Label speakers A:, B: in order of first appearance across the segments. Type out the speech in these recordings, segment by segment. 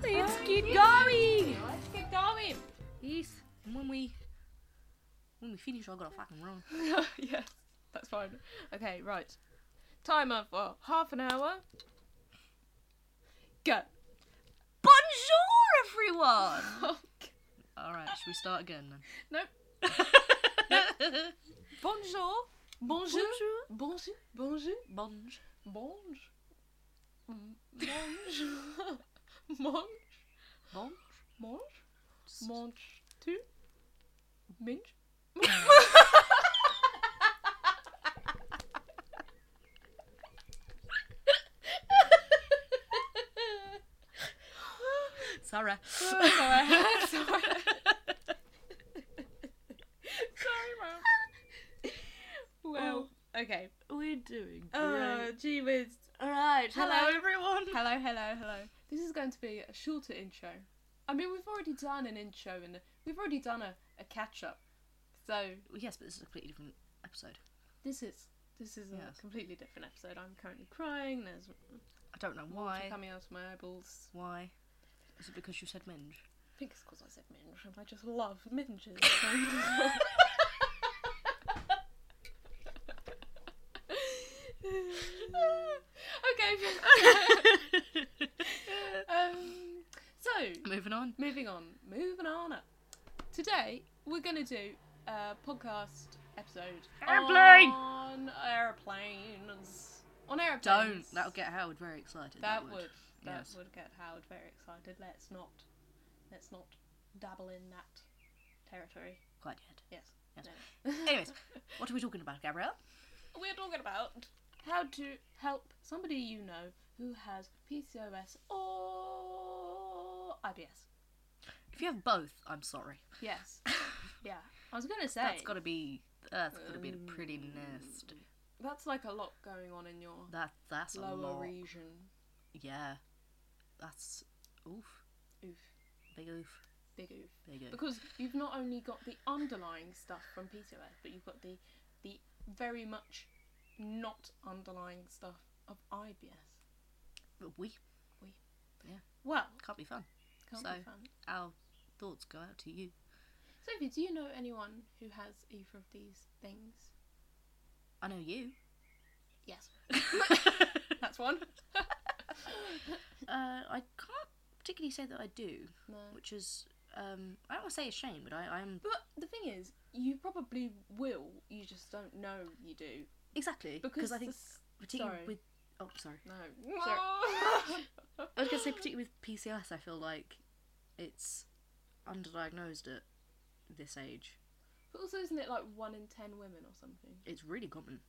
A: keep going.
B: Let's get going.
A: Yes. And when we when we finish, I gotta fucking run.
B: yes, that's fine. Okay, right. Timer for half an hour. Go.
A: Bonjour, everyone. All right, should we start again then?
B: Nope. Bonjour. Bonjour. Bonjour. Bonjour.
A: Bonj.
B: Bonjour. Bonjour. Bonjour.
A: Bonj.
B: Mange. Mange. Tu. Minge.
A: Sorry.
B: sorry. sorry. sorry, mum. Well, Oh, okay.
A: We're doing great.
B: Oh, gee whiz.
A: All right.
B: hello,
A: Uh, everyone.
B: Hello, hello, hello. This is going to be a shorter intro. I mean, we've already done an intro and we've already done a, a catch up. So
A: Yes, but this is a completely different episode.
B: this is this is
A: Yes.
B: a completely different episode. I'm currently crying. There's
A: I don't know
B: water
A: why.
B: coming out of my eyeballs.
A: Why? Is it because you said minge?
B: I think it's because I said minge, and I just love minges. okay. um, so,
A: Moving on.
B: moving on, moving on up. Today, we're going to do a podcast episode
A: Airplane!
B: on airplanes. On airplanes.
A: Don't. That'll get Howard very excited.
B: That would. That
A: Yes.
B: would get Howard very excited. Let's not. Let's not dabble in that territory.
A: Quite yet.
B: Yes.
A: Yes.
B: No.
A: Anyways, what are we talking about, Gabrielle?
B: We're talking about how to help somebody you know who has PCOS or IBS.
A: If you have both, I'm sorry.
B: Yes. yeah. I was gonna say
A: That's gotta be. That's gotta be the pretty
B: Mm.
A: nest.
B: that's like a lot going on in your
A: That that's a
B: lower
A: lot.
B: region.
A: Yeah. That's oof.
B: Oof.
A: Big oof.
B: Big oof.
A: Big oof.
B: Because you've not only got the underlying stuff from PCOS, but you've got the the very much not underlying stuff of IBS.
A: But we
B: Well,
A: can't be fun.
B: can't
A: So-
B: be fun.
A: Our thoughts go out to you.
B: Sophie, do you know anyone who has either of these things?
A: I know you.
B: Yes,
A: uh,
B: that's one.
A: I can't particularly say that I do,
B: no.
A: which is um, I don't want to say a shame, but I, I'm
B: But the thing is, you probably will. You just don't know you do
A: exactly
B: because
A: because I think
B: this-
A: particularly
B: sorry.
A: with oh sorry
B: no.
A: Sorry. I was gonna say particularly with PCOS I feel like it's underdiagnosed at this age.
B: But also, isn't it like one in ten women or something?
A: It's really common.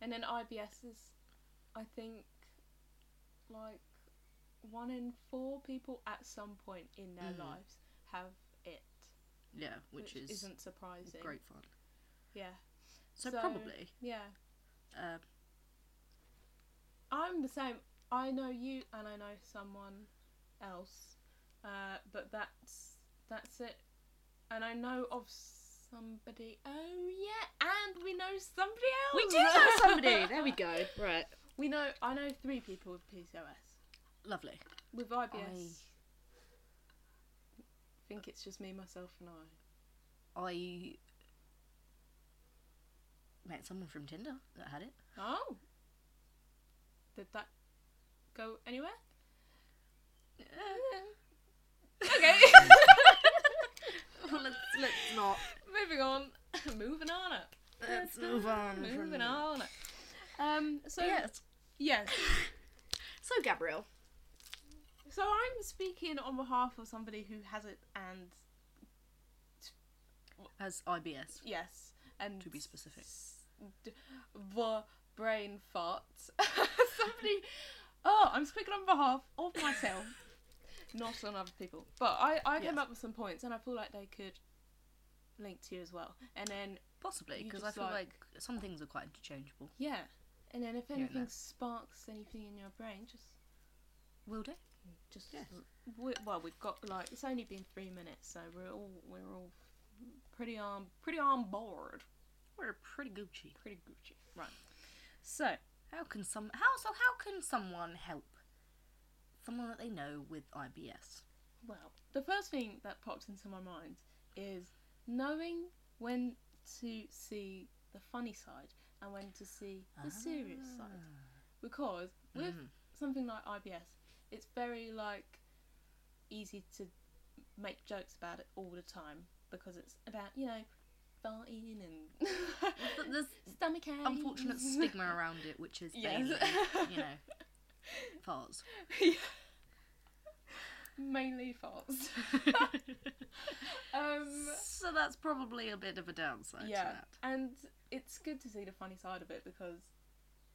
B: And then IBS is, I think, like one in four people at some point in their
A: Mm.
B: lives have it,
A: Yeah, which, is
B: not surprising.
A: great fun.
B: Yeah,
A: So,
B: So-
A: probably
B: yeah.
A: um,
B: I'm the same. I know you, and I know someone else, uh, but that's that's it. And I know of somebody. Oh yeah, and we know somebody else.
A: we do know somebody. Oh, There we go. Right,
B: we know. I know three people with PCOS.
A: lovely.
B: With IBS, I
A: I-
B: think it's just me, myself, and I.
A: I met someone from Tinder that had it.
B: Oh, did that go anywhere? okay,
A: let's, let's not.
B: moving on, moving on up,
A: Let's move on. from-
B: moving on up. Um, so
A: But yes.
B: yes,
A: So Gabrielle,
B: so I'm speaking on behalf of somebody who has it, and
A: as IBS
B: yes, and
A: to be specific.
B: d- the brain fart. Somebody. Oh, I'm speaking on behalf of myself, not on other people. But I, I came
A: Yes.
B: up with some points, and I feel like they could link to you as well. And then
A: Possibly
B: You
A: because I
B: just
A: feel like,
B: like-
A: some things are quite interchangeable.
B: yeah, and then if
A: Yeah, no.
B: anything sparks anything in your brain, just
A: Will do.
B: just
A: Yes.
B: we, well, we've got like it's only been three minutes, so we're all we're all pretty on pretty on board,
A: We're pretty Gucci.
B: pretty Gucci, right? So
A: How can some? How so? How can someone help someone that they know with IBS?
B: Well, the first thing that pops into my mind is knowing when to see the funny side and when to see
A: Ah.
B: the serious side. Because with
A: Mhm.
B: something like IBS, it's very like easy to make jokes about it all the time because it's about you know farting and
A: Th- There's
B: stomach aches.
A: unfortunate stigma around it, which is
B: Yes.
A: mainly, you know, farts.
B: Yeah. Mainly farts. um,
A: so that's probably a bit of a downside to
B: yeah,
A: that.
B: and it's good to see the funny side of it because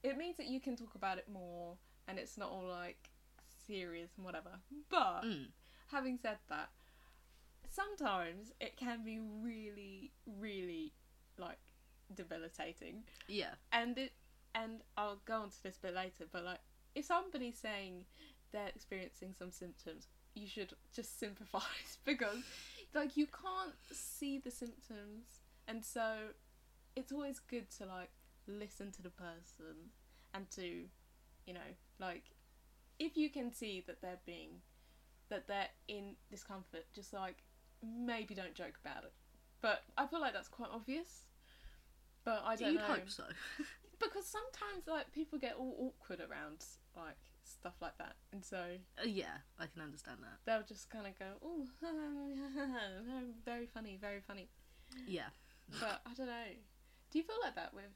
B: it means that you can talk about it more, and it's not all like serious and whatever. But
A: Mm.
B: having said that, sometimes it can be really, really like debilitating,
A: Yeah.
B: and it and I'll go on to this bit later. But like, if somebody's saying they're experiencing some symptoms, you should just sympathise because like you can't see the symptoms, and so it's always good to like listen to the person and to you know like if you can see that they're being that they're in discomfort just like maybe don't joke about it but i feel like that's quite obvious but i don't
A: You'd
B: know
A: hope so.
B: because sometimes like people get all awkward around like stuff like that and so
A: Uh, yeah, I can understand that.
B: they'll just kind of go oh very funny very funny
A: Yeah.
B: but i don't know do you feel like that with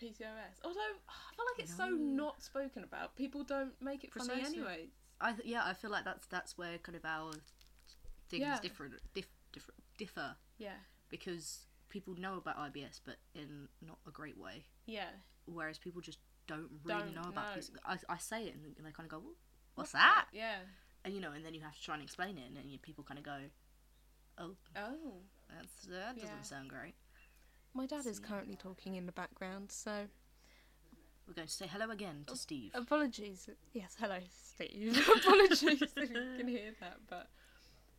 B: pcos although i feel like it's so
A: No.
B: not spoken about people don't make it funny
A: Precisely.
B: anyway
A: I th- yeah, I feel like that's that's where kind of our things
B: Yeah.
A: different diff, different differ
B: yeah
A: because people know about IBS but in not a great way,
B: yeah
A: whereas people just don't really
B: Don't
A: know about
B: know.
A: this. I, I say it and they kind of go, "Wha-
B: What's
A: "What's that?"
B: yeah
A: And you know, and then you have to try and explain it, and then you- people kind of go, "Oh,
B: oh
A: that's that doesn't
B: Yeah.
A: sound great."
B: my dad is
A: See.
B: currently talking in the background so
A: We're going to say hello again to Steve.
B: Apologies. Yes, hello, Steve. Apologies if you can hear that, but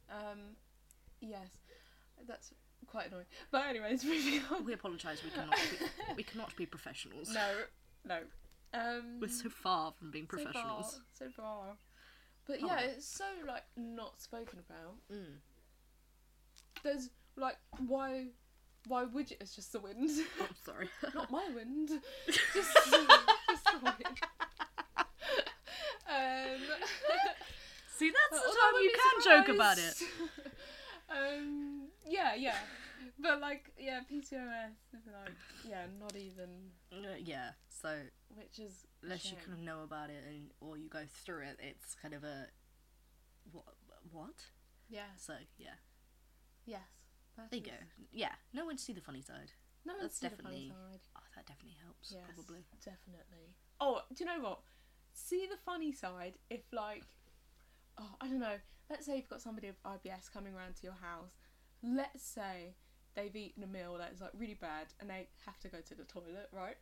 B: um, yes, that's quite annoying. But anyways, moving on.
A: We apologise. We cannot. We, we cannot be professionals.
B: no, no. Um,
A: We're so far from being
B: so far,
A: professionals.
B: So far, But
A: Oh,
B: yeah,
A: well.
B: it's so like not spoken about.
A: Mm.
B: There's like why, why would you? It's just the wind.
A: I'm sorry.
B: Not my wind. Just, just the wind. um.
A: See, that's
B: Although
A: the
B: I
A: time you can
B: wouldn't be
A: joke about it.
B: surprised. um, yeah, yeah, but like, yeah, PCOS is like, yeah, not even,
A: Uh, yeah. So
B: which is a
A: unless you
B: shame.
A: kind of know about it and or you go through it, it's kind of a what? What?
B: yes,
A: So yeah,
B: yes. that
A: there you go.
B: is-
A: Yeah, no one see the funny side.
B: No one's
A: That's
B: seen definitely.
A: definitely-
B: The funny side.
A: Oh, that definitely helps.
B: Yes,
A: Probably.
B: definitely. Oh, do you know what? See the funny side if like, oh, I don't know. Let's say you've got somebody with IBS coming round to your house. Let's say they've eaten a meal that is like really bad and they have to go to the toilet, right?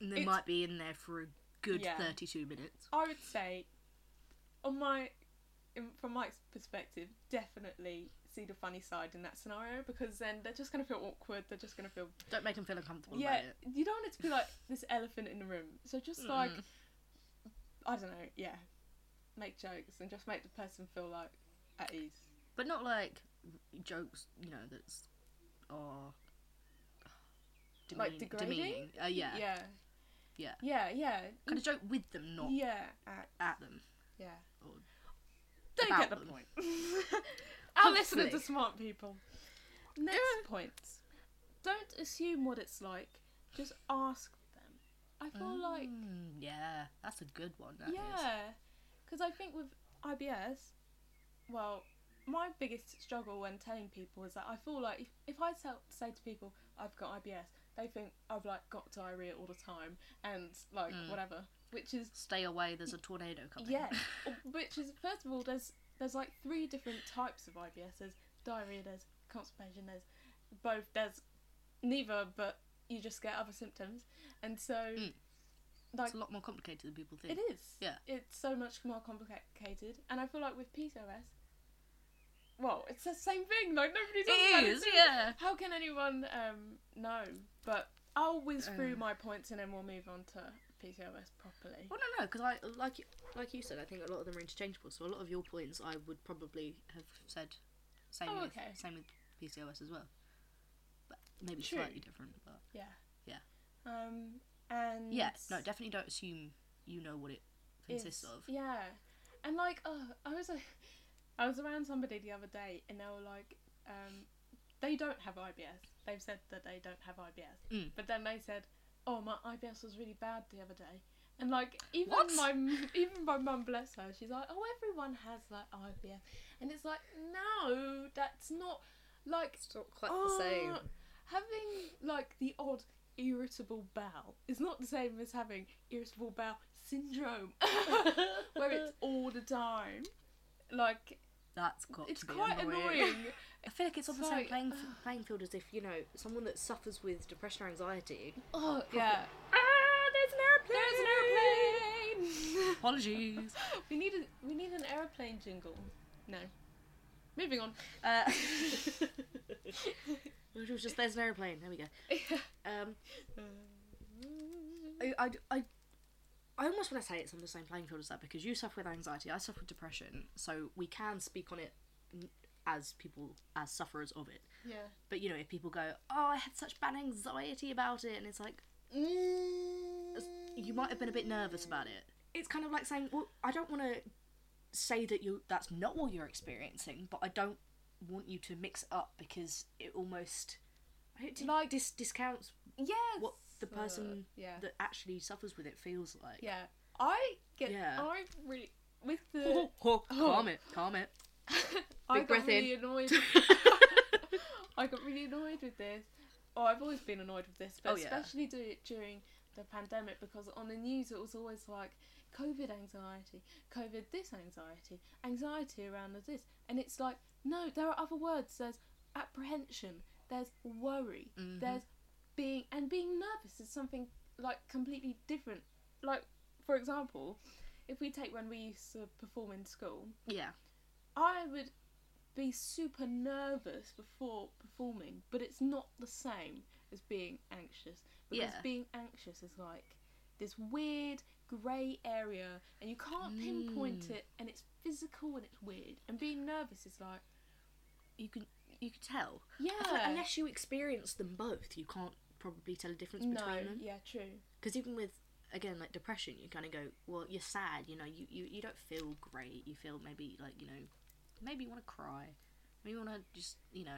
A: And they
B: It's-
A: might be in there for a good
B: Yeah.
A: thirty-two minutes.
B: I would say, on my, in, from my perspective, definitely see the funny side in that scenario because then they're just gonna feel awkward. They're just gonna feel
A: Don't make them feel uncomfortable
B: yeah.
A: about it.
B: You don't want it to be like this elephant in the room. So just like
A: Mm.
B: I don't know, yeah, make jokes and just make the person feel like at ease.
A: but not like jokes. You know, that's are
B: Like
A: demean-
B: degrading?
A: demeaning. Uh, yeah.
B: yeah,
A: Yeah.
B: yeah, yeah,
A: kind of joke with them, not
B: yeah. at-
A: at them.
B: yeah.
A: Or
B: Don't
A: about
B: get the
A: them.
B: point. Our listeners
A: Hopefully.
B: are smart people. Next point. Don't assume what it's like. Just ask them. I feel like
A: Mm, yeah, that's a good one. that is.
B: yeah, because I think with IBS, well, my biggest struggle when telling people is that I feel like if, if I tell, say to people I've got IBS, they think I've like got diarrhea all the time and like
A: Mm.
B: whatever, which is
A: Stay away. There's a tornado coming.
B: yeah, which is first of all there's there's like three different types of IBS. There's diarrhea, there's constipation, there's both. There's neither, but you just get other symptoms, and so
A: Mm.
B: like
A: it's a lot more complicated than people think.
B: it is.
A: Yeah.
B: It's so much more complicated, and I feel like with PCOS, well, it's the same thing. Like nobody talks about it. so
A: yeah.
B: How can anyone um know? But I'll whiz through
A: Um.
B: my points and then we'll move on to PCOS properly.
A: Well, no, no, because I like you- like you said, I think a lot of them are interchangeable. So a lot of your points, I would probably have said same
B: Oh,
A: with
B: okay.
A: same with PCOS as well, but maybe
B: True.
A: slightly different. But
B: Yeah.
A: Yeah.
B: Um, and
A: yeah, no, definitely don't assume you know what it consists
B: It's-
A: of.
B: Yeah, and like, oh, I was, uh, I was around somebody the other day, and they were like, um, they don't have IBS. They've said that they don't have IBS,
A: Mm.
B: but then they said, oh, my IBS was really bad the other day, and like, even
A: What?
B: my, m- even my mum, bless her, she's like, oh, everyone has like IBS, and it's like, no, that's not like
A: It's not quite
B: Oh, Having like the odd irritable bowel is not the same as having irritable bowel syndrome, where it's all the time. Like
A: That's got
B: it's
A: to be
B: quite
A: annoying.
B: annoying.
A: I feel like it's on the same
B: Sorry.
A: playing, f- playing field as if you know someone that suffers with depression or anxiety.
B: oh yeah.
A: Ah, there's an airplane.
B: There's an airplane.
A: Apologies.
B: we need a we need an airplane jingle. No. Moving on.
A: Uh, it was just there's an airplane. There we go. Um, I, I, I, I almost want to say it's on the same playing field as that because you suffer with anxiety, I suffer with depression, so we can speak on it n- as people, as sufferers of it.
B: yeah.
A: But you know, if people go, "Oh, I had such bad anxiety about it," and it's like
B: Mm.
A: you might have been a bit nervous about it. It's kind of like saying, "Well, I don't want to say that you that's not what you're experiencing, but I don't want you to mix it up because it almost." It like dis- discounts
B: Yes. Uh,
A: what the person
B: yeah.
A: that actually suffers with it feels like.
B: Yeah, I get.
A: Yeah.
B: I really with the.
A: Oh, oh, calm it, calm it.
B: I got
A: Big breath in.
B: really annoyed. I got really annoyed with this. Oh, I've always been annoyed with this, but
A: Oh, yeah.
B: especially do, during the pandemic because on the news it was always like COVID anxiety, COVID this anxiety, anxiety around the this, and it's like no, there are other words. There's apprehension. There's worry.
A: Mhm.
B: There's being and being nervous is something like completely different. Like for example, if we take when we used to perform in school,
A: Yeah.
B: I would be super nervous before performing, but it's not the same as being anxious. Because
A: Yeah.
B: being anxious is like this weird grey area and you can't pinpoint
A: Mm.
B: it and it's physical and it's weird. And being nervous is like
A: You can you can tell.
B: Yeah.
A: I feel like unless you experience them both, you can't probably tell a difference
B: no,
A: between them.
B: yeah, true.
A: Because even with again like depression, you kind of go, well, you're sad. You know, you, you you don't feel great. You feel maybe like you know, maybe you want to cry. Maybe you want to just you know,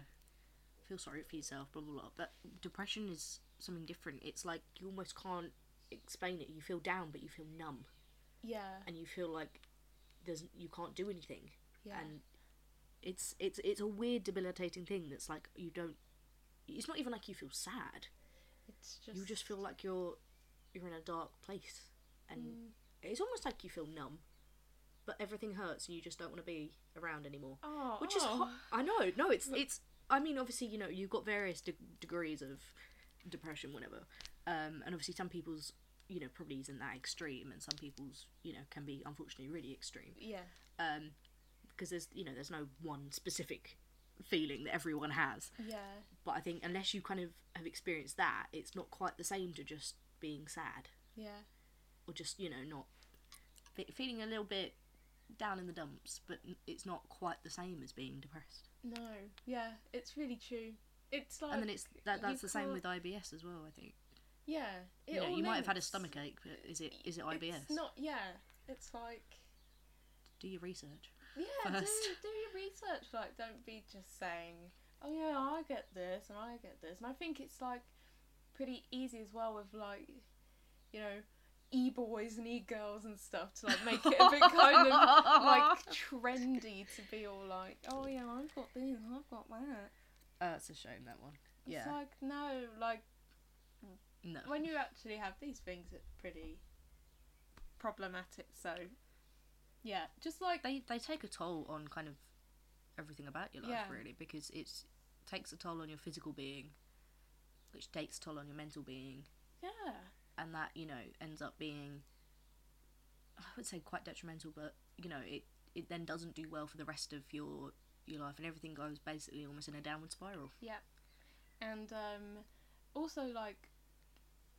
A: feel sorry for yourself. Blah blah blah. But depression is something different. It's like you almost can't explain it. You feel down, but you feel numb,
B: Yeah.
A: and you feel like there's you can't do anything.
B: Yeah.
A: and it's it's it's a weird debilitating thing that's like you don't it's not even like you feel sad
B: it's just
A: you just feel like you're you're in a dark place and
B: Mm.
A: it's almost like you feel numb but everything hurts and you just don't want to be around anymore
B: Oh,
A: which is
B: oh.
A: hot i know no it's it's i mean obviously you know you've got various de- degrees of depression whatever um and obviously some people's you know probably isn't that extreme and some people's you know can be unfortunately really extreme
B: Yeah.
A: um because there's you know there's no one specific feeling that everyone has
B: Yeah.
A: but i think unless you kind of have experienced that it's not quite the same to just being sad
B: Yeah.
A: or just you know not fe- feeling a little bit down in the dumps but n- it's not quite the same as being depressed
B: No. Yeah. It's really true. It's like
A: and then it's that
B: you
A: that's the same
B: can't-
A: with ibs as well i think
B: Yeah. It
A: you know
B: all
A: you might have had a
B: links.
A: stomach ache but is it is it ibs
B: It's not, yeah. It's like,
A: do your research
B: yeah,
A: First.
B: do do your research. Like, don't be just saying, oh yeah, I get this and I get this. And I think it's like pretty easy as well with like, you know, e boys and e girls and stuff to like make it a bit kind of like trendy to be all like, oh yeah, I've got this, and I've got that.
A: uh, it's a shame that one
B: It's
A: yeah
B: like no, like
A: no
B: when you actually have these things, it's pretty problematic. So, yeah, just like.
A: they they take a toll on kind of everything about your life
B: Yeah.
A: really because it's takes a toll on your physical being which takes a toll on your mental being
B: Yeah.
A: and that you know ends up being i would say quite detrimental but you know it it then doesn't do well for the rest of your your life and everything goes basically almost in a downward spiral
B: And um, also, like,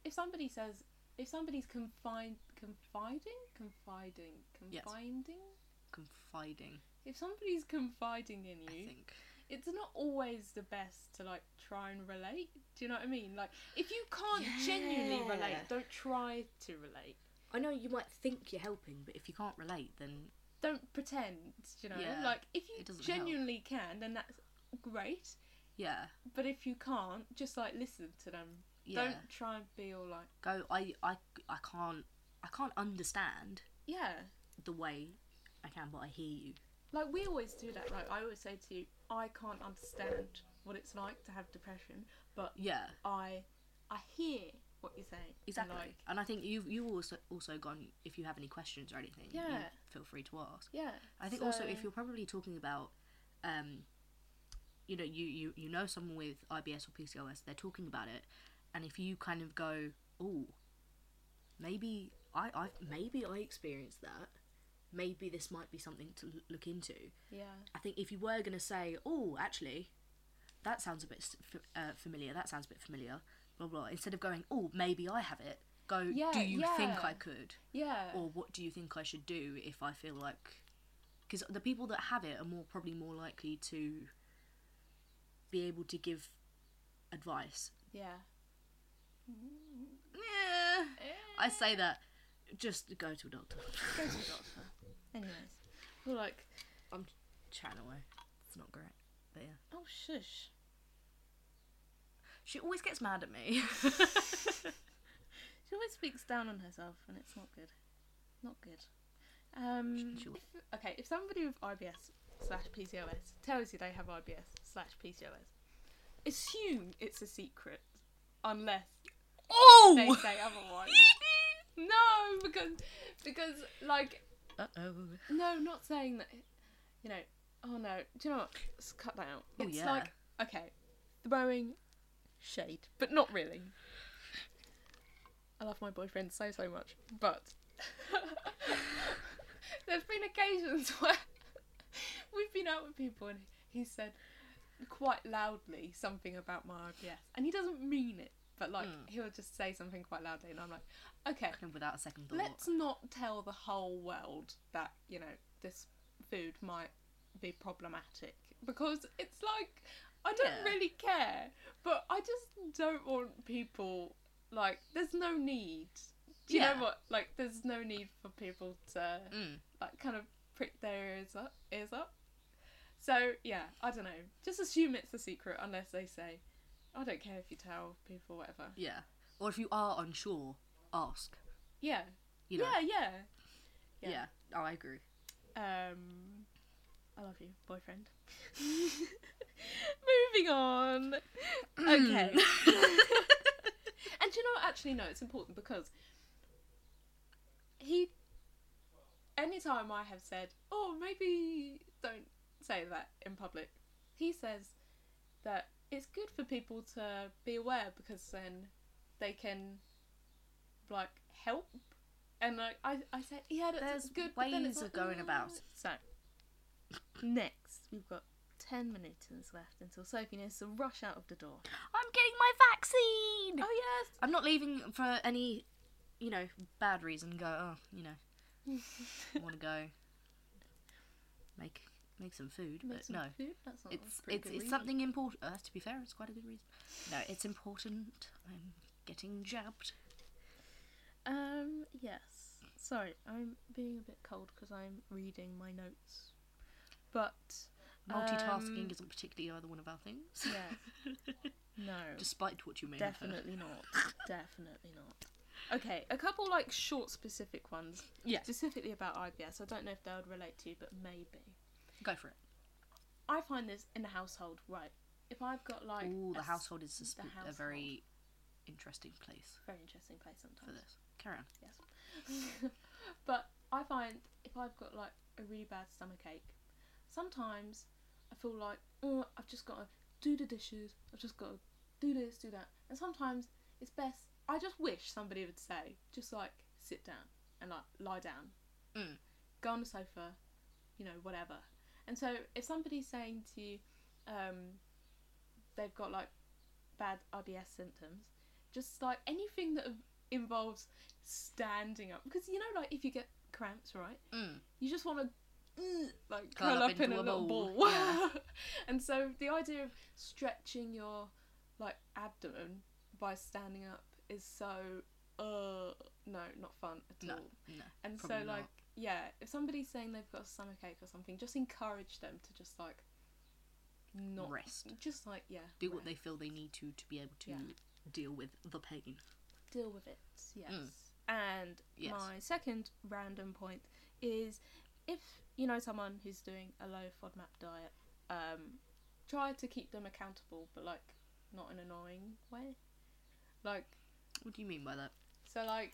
B: if somebody says if somebody's confined, confiding, confiding,
A: Yes.
B: confiding.
A: Confiding,
B: If somebody's confiding in
A: I
B: you,
A: think.
B: it's not always the best to like try and relate. Do you know what I mean? Like, if you can't genuinely relate,
A: Yeah.
B: don't try to relate.
A: I know you might think you're helping, but if you can't relate, then
B: Don't pretend. You know,
A: Yeah,
B: like if you
A: it doesn't help.
B: genuinely can, then that's great.
A: yeah,
B: But if you can't, just like listen to them.
A: yeah.
B: Don't try and be all like,
A: Go. I, I, I can't. I can't understand
B: yeah.
A: the way I can, but I hear you.
B: Like we always do that. Like I always say to you, I can't understand what it's like to have depression, but
A: Yeah,
B: I, I hear what you're saying. and,
A: exactly.
B: like,
A: and I think you've you also also gone. If you have any questions or anything, you
B: Yeah.
A: feel free to ask.
B: yeah.
A: I think also
B: so-
A: if you're probably talking about, um, you know, you, you you know someone with IBS or PCOS, they're talking about it, and if you kind of go, oh, maybe I I maybe I experienced that, maybe this might be something to l- look into.
B: Yeah.
A: I think if you were gonna say, oh, actually, that sounds a bit s- f- uh, familiar. That sounds a bit familiar. Blah blah. Instead of going, oh, maybe I have it. Go.
B: Yeah,
A: do you think
B: yeah.
A: I could?
B: Yeah.
A: or what do you think I should do if I feel like because the people that have it are more probably more likely to be able to give advice.
B: yeah.
A: Yeah, I say that just go to a doctor.
B: Go to the doctor. Anyways, we're like,
A: Chat away. It's not great. But yeah.
B: oh shush.
A: She always gets mad at me.
B: She always speaks down on herself, and it's not good. Not good. Um,
A: Sh- she-
B: if- okay, if somebody with IBS slash PCOS tells you they have IBS slash PCOS, assume it's a secret, unless they
A: oh!
B: say otherwise. no, because because like
A: Uh oh.
B: no, not saying that. You know, oh no, do you know what? Just cut that out.
A: Oh,
B: it's
A: yeah.
B: like okay, throwing shade, but not really. I love my boyfriend so so much, but there's been occasions where we've been out with people and he said quite loudly something about my IBS, and he doesn't mean it, but like
A: Mm.
B: he'll just say something quite loudly, and I'm like, okay,
A: Without a second thought.
B: Let's not tell the whole world that, you know, this food might be problematic because it's like I don't
A: Yeah.
B: really care, but I just don't want people like there's no need. Do you
A: Yeah.
B: know what? Like there's no need for people to
A: Mm.
B: like kind of prick their ears up, ears up. So yeah, I don't know. Just assume it's a secret unless they say, "I don't care if you tell people, whatever."
A: Yeah. Or if you are unsure, ask.
B: Yeah,
A: You know.
B: yeah, yeah.
A: Yeah.
B: yeah.
A: Oh, I agree.
B: Um, I love you, boyfriend. Moving on. Okay. and do you know, what? actually, no, it's important because he. Anytime I have said, "Oh, maybe don't say that in public," he says that it's good for people to be aware because then they can, like, help. And like I, I said, yeah, that's
A: There's
B: good. but then it's
A: ways
B: like,
A: of
B: "Mm,
A: going about it.
B: So, next we've got ten minutes left until Sophie needs to rush out of the door.
A: I'm getting my vaccine.
B: Oh
A: I'm not leaving for any, you know, bad reason. Go, oh, you know, I want to go make make some food,
B: Make
A: but
B: some
A: no,
B: food? Oh, That's not a
A: it's
B: pretty
A: it's
B: good
A: it's
B: reason.
A: something important. Uh, to be fair, it's quite a good reason. No, it's important. I'm getting jabbed.
B: Um, yes. Sorry, I'm being a bit cold because I'm reading my notes. But
A: Multitasking
B: Um,
A: isn't particularly either one of our things,
B: yeah, no,
A: despite what you may have heard.
B: definitely not. Definitely not. Okay, a couple like short specific ones.
A: Yeah.
B: Specifically about IBS. I don't know if they would relate to you, but maybe.
A: Go for it.
B: I find this in the household, right? If I've got like
A: Ooh,
B: a
A: the
B: s-
A: household is suspe-
B: the
A: a
B: household.
A: very interesting place
B: very interesting place
A: for
B: sometimes.
A: this. Carry on.
B: Yes. but I find if I've got like a really bad stomach ache, sometimes I feel like oh, I've just got to do the dishes. I've just got to do this, do that. And sometimes it's best. I just wish somebody would say, just like sit down and like lie down,
A: Mm.
B: go on the sofa, you know, whatever. And so if somebody's saying to you, um, they've got like bad IBS symptoms, just like anything that involves standing up because you know, like if you get cramps, right?
A: Mm.
B: You just want to like
A: Curl
B: curl,
A: up
B: up, in
A: into
B: a,
A: a
B: little
A: ball,
B: ball.
A: yeah.
B: and so the idea of stretching your like abdomen by standing up is so uh no, not fun at
A: No.
B: all.
A: No.
B: And so,
A: Probably
B: like,
A: not.
B: yeah, if somebody's saying they've got a stomachache or something, just encourage them to just like not
A: Rest.
B: Just like yeah,
A: Do what
B: rest.
A: they feel they need to to be able to
B: Yeah.
A: deal with the pain.
B: deal with it. Yes.
A: Mm.
B: And
A: Yes.
B: my second random point is, if you know someone who's doing a low FODMAP diet, um, try to keep them accountable, but like not an annoying way. Like
A: What do you mean by that?
B: So like,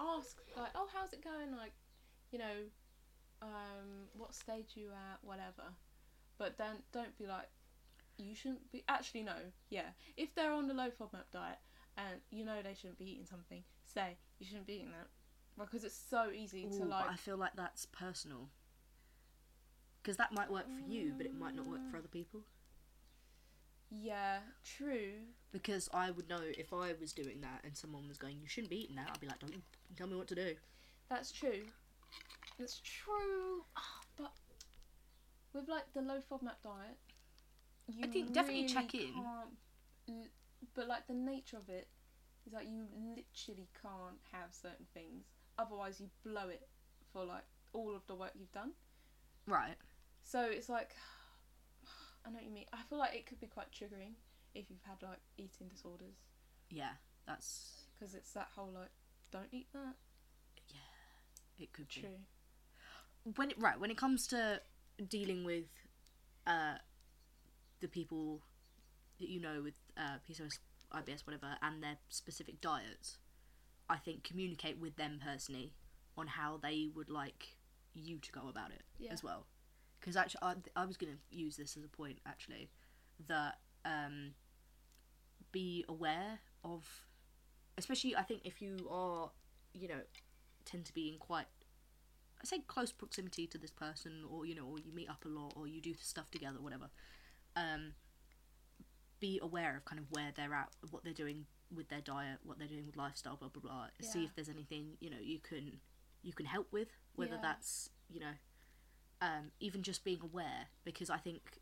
B: ask like, oh, how's it going? Like, you know, um, what stage you at? Whatever. But don't don't be like, you shouldn't be. Actually, no. Yeah, if they're on the low FODMAP diet and you know they shouldn't be eating something, say you shouldn't be eating that because it's so easy
A: Ooh,
B: to like.
A: but I feel like that's personal. Because that might work for you, but it might not work for
B: Mm.
A: other people.
B: Yeah, true.
A: Because I would know if I was doing that and someone was going, "You shouldn't be eating that," I'd be like, "Don't fucking tell me what to do."
B: That's true. It's true. Ah, but with like the low FODMAP diet, you
A: I think definitely check in.
B: can't- l- But like the nature of it is like you literally can't have certain things, otherwise you blow it for like all of the work you've done.
A: Right.
B: So it's like, I know what you mean. I feel like it could be quite triggering if you've had like eating disorders
A: Yeah. That's
B: because it's that whole like don't eat that.
A: Mm. it. Could be.
B: True.
A: when it, right when it comes to dealing with uh, the people that you know with uh, PCOS, IBS, whatever, and their specific diets, I think communicate with them personally on how they would like you to go about it
B: Yeah.
A: as well. Because actually, I, I was going to use this as a point actually that um, be aware of, especially I think if you are, you know, tend to be in quite I say close proximity to this person, or you know, or you meet up a lot, or you do stuff together, whatever. Um, be aware of kind of where they're at, what they're doing with their diet, what they're doing with lifestyle, blah blah blah. See
B: Yeah.
A: if there's anything you know you can you can help with, whether
B: Yeah.
A: that's you know, um, even just being aware, because I think,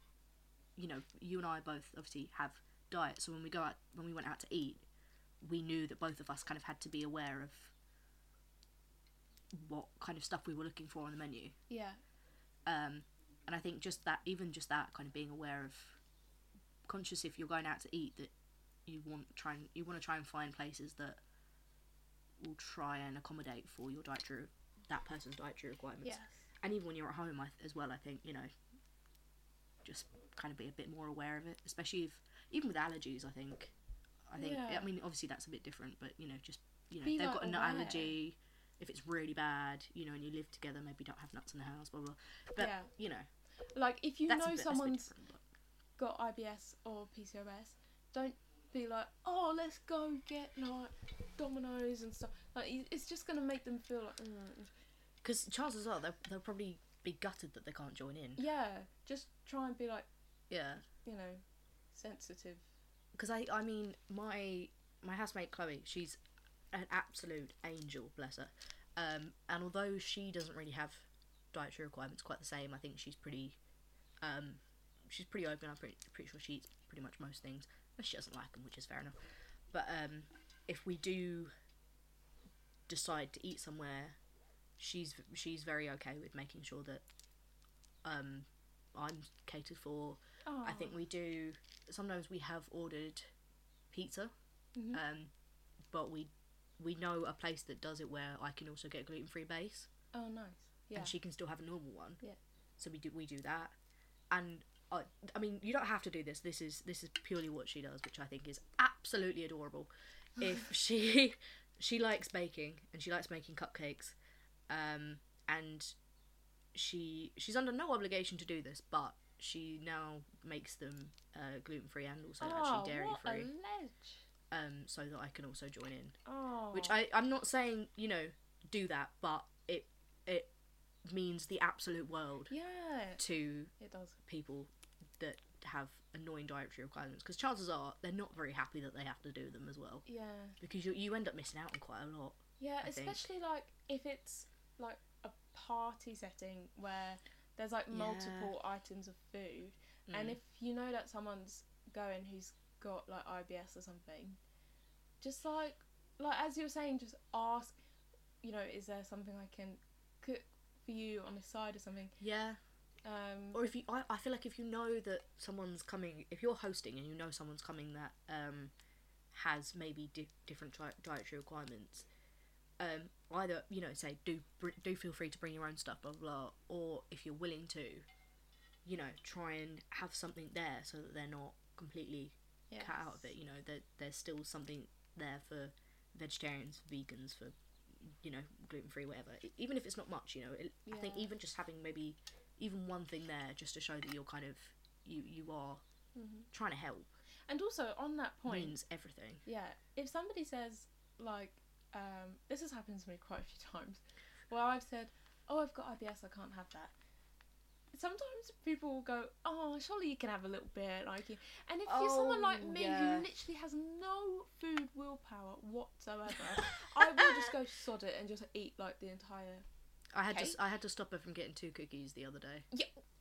A: you know, you and I both obviously have diets, so when we go out when we went out to eat, we knew that both of us kind of had to be aware of what kind of stuff we were looking for on the menu.
B: Yeah.
A: Um, and I think just that, even just that, kind of being aware of, conscious if you're going out to eat that you want try and you want to try and find places that will try and accommodate for your dietary that person's dietary requirements.
B: Yes.
A: And even when you're at home, I, as well, I think you know, just kind of be a bit more aware of it, especially if even with allergies. I think, I think.
B: Yeah.
A: I mean, obviously that's a bit different, but you know, just you know,
B: Be,
A: if they've
B: like,
A: got a nut
B: aware.
A: allergy. If it's really bad, you know, and you live together, maybe you don't have nuts in the house, blah blah. But
B: Yeah.
A: you know,
B: Like if you
A: that's a
B: know
A: bit, that's a bit
B: someone's
A: different,
B: got
A: but-
B: IBS or PCOS, don't be like, oh, let's go get like Dominoes and stuff. Like it- it's just gonna make them feel like, mm.
A: Because chances are they'll, they'll probably be gutted that they can't join in.
B: yeah, just try and be like,
A: Yeah.
B: you know, sensitive.
A: Because I, I mean, my my housemate Chloe, she's an absolute angel, bless her. Um, and although she doesn't really have dietary requirements quite the same, I think she's pretty, um, she's pretty open. I'm pretty, pretty sure she eats pretty much most things. But she doesn't like them, which is fair enough. But um, if we do decide to eat somewhere, she's she's very okay with making sure that um, I'm catered for.
B: Oh,
A: I think we do. Sometimes we have ordered pizza,
B: Mhm.
A: um, but we we know a place that does it where I can also get gluten free base,
B: Oh, nice. Yeah.
A: and she can still have a normal one.
B: Yeah.
A: So we do we do that, and I, I mean you don't have to do this. This is this is purely what she does, which I think is absolutely adorable. If she she likes baking and she likes making cupcakes, um, and she she's under no obligation to do this, but she now makes them uh, gluten free and also
B: oh,
A: actually dairy
B: what a
A: free,
B: ledge.
A: um, so that I can also join in.
B: Oh.
A: Which I I'm not saying you know do that, but it it means the absolute world
B: Yeah.
A: to
B: It does.
A: people that have annoying dietary requirements because chances are they're not very happy that they have to do them as well
B: Yeah.
A: because you you end up missing out on quite a lot.
B: Yeah,
A: I think.
B: especially like if it's like a party setting where there's like
A: Yeah.
B: multiple items of food, and
A: Mm.
B: if you know that someone's going who's got like IBS or something, just like like as you were saying, just ask, you know, is there something I can cook for you on the side or something?
A: yeah,
B: Um,
A: or if you I, I feel like if you know that someone's coming if you're hosting and you know someone's coming that um has maybe di- different tri- dietary requirements um either you know say do br- do feel free to bring your own stuff blah blah or if you're willing to you know try and have something there so that they're not completely
B: yes.
A: cut out of it you know that there's still something there for vegetarians for vegans for you know gluten free whatever E- even if it's not much you know it, i think
B: Yeah.
A: even just having maybe even one thing there just to show that you're kind of you you are
B: Mhm.
A: trying to help
B: And also on that point,
A: means everything
B: Yeah, if somebody says like, um, this has happened to me quite a few times, where I've said, "Oh, I've got IBS, I can't have that." Sometimes people will go, "Oh, surely you can have a little bit," like you. And if you're someone like
A: Oh,
B: me
A: yeah.
B: who literally has no food willpower whatsoever, I will just go sod it and just eat like the entire.
A: i had to
B: Okay.
A: s- i had to stop her from getting two cookies the other day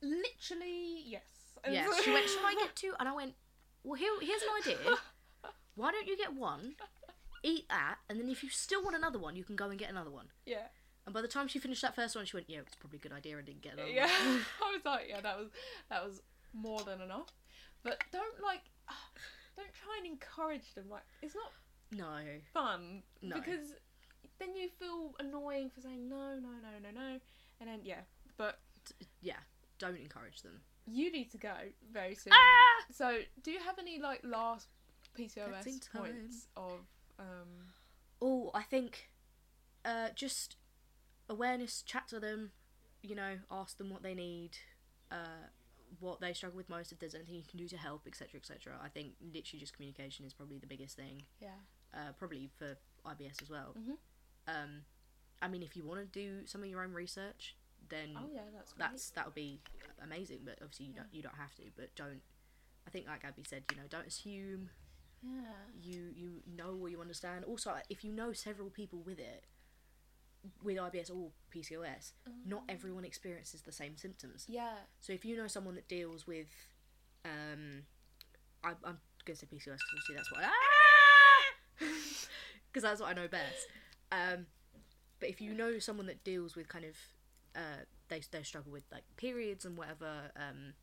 B: Literally, yes. And
A: yeah
B: so-
A: she went shall i get two and i went well here, here's an idea why don't you get one eat that and then if you still want another one you can go and get another one
B: yeah,
A: And by the time she finished that first one, she went, "Yeah, it's probably a good idea." and didn't get another
B: yeah.
A: one.
B: I was like, yeah, that was that was more than enough. But don't like, ah, don't try and encourage them. Like, it's not
A: No,
B: fun
A: No.
B: because then you feel annoying for saying no, no, no, no, no, and then yeah. But
A: yeah, don't encourage them.
B: you need to go very soon.
A: Ah!
B: So, do you have any like last
A: That's in
B: PCOS
A: time.
B: points of um?
A: Oh, I think, uh, just awareness. Chat to them. You know, ask them what they need, uh, what they struggle with most. If there's anything you can do to help, etc., etc. I think literally just communication is probably the biggest thing.
B: Yeah.
A: uh, probably for IBS as well.
B: Mhm.
A: Um, I mean, if you want to do some of your own research, then
B: Oh yeah, that's great.
A: that's that would be amazing. But obviously, you don't you don't have to. But don't. I think, like Abby said, you know, don't assume
B: yeah.
A: you you know or you understand. Also, if you know several people with it, with IBS or PCOS, not everyone experiences the same symptoms.
B: Um, Yeah.
A: So if you know someone that deals with, um, I, I'm going to say PCOS because obviously that's what because that's what I know best. Um, but if you know someone that deals with kind of uh, they they struggle with like periods and whatever, um,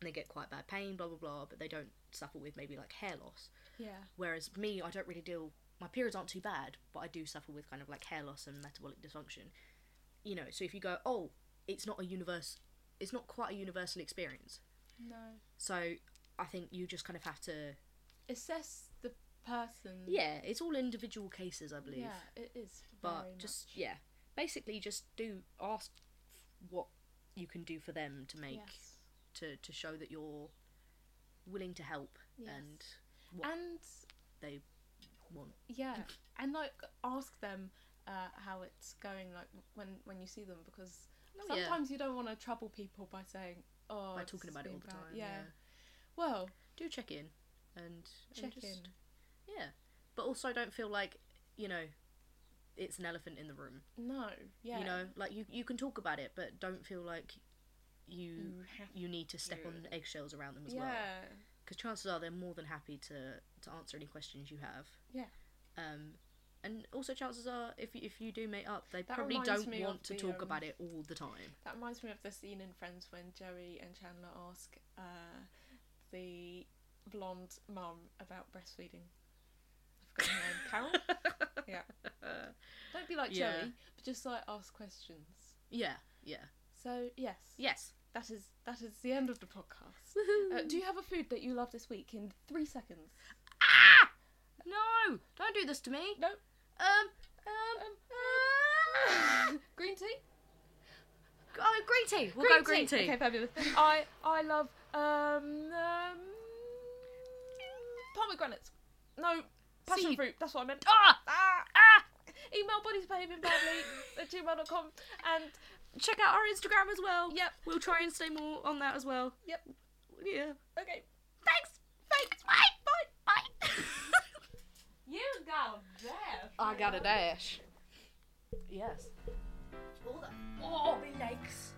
A: and they get quite bad pain, blah blah blah, but they don't suffer with maybe like hair loss.
B: Yeah.
A: Whereas me, I don't really deal. My periods aren't too bad, but I do suffer with kind of like hair loss and metabolic dysfunction. You know, so if you go, oh, it's not a universe, it's not quite a universal experience.
B: No.
A: So I think you just kind of have to.
B: Assess the person.
A: Yeah, it's all individual cases, I believe.
B: Yeah, it is.
A: but
B: very
A: just
B: much.
A: yeah, basically just do ask what you can do for them to make
B: Yes.
A: to to show that you're willing to help
B: Yes.
A: and what-
B: and
A: they want.
B: yeah, and like ask them uh, how it's going, like when when you see them, because
A: Oh, yeah.
B: sometimes you don't want to trouble people by saying, oh,
A: By
B: this
A: talking
B: has
A: about it
B: been
A: all the
B: bad."
A: time.
B: Yeah.
A: yeah.
B: Well,
A: do check in and and
B: check
A: just-
B: in.
A: Yeah, but also don't feel like you know it's an elephant in the room.
B: No. Yeah.
A: You know, like you you can talk about it, but don't feel like you
B: You have
A: you need to step
B: Yeah.
A: on eggshells around them as
B: Mm. yeah.
A: well. Because chances are they're more than happy to to answer any questions you have.
B: Yeah.
A: Um. And also, chances are, if you, if you do meet up, they
B: That
A: probably
B: reminds
A: don't
B: me of
A: want to
B: the,
A: talk
B: um,
A: about it all the time.
B: That reminds me of the scene in Friends when Joey and Chandler ask uh, the blonde mum about breastfeeding. I forgot her name. Carol. yeah. Don't be like
A: Yeah.
B: Joey, but just like ask questions.
A: Yeah. Yeah.
B: So yes,
A: Yes.
B: that is that is the end of the podcast.
A: Woohoo.
B: Uh, do you have a food that you love this week in three seconds?
A: Ah! No! Don't do this to me.
B: No.
A: Um. uh,
B: Um, green tea.
A: Oh, green tea. We'll go green tea.
B: Okay, fabulous. I I love um, um pomegranates. No, passion
A: Seed.
B: fruit. That's what I meant.
A: Ah!
B: Ah!
A: Ah!
B: Email bodies behaving badly at gmail.com and
A: Check out our Instagram as well.
B: yep
A: We'll try and stay more on that as well.
B: Yep.
A: Yeah.
B: Okay.
A: Thanks. Thanks. Bye. Bye. Bye.
B: You got a death.
A: I got a dash. Yes. All the oh, my legs.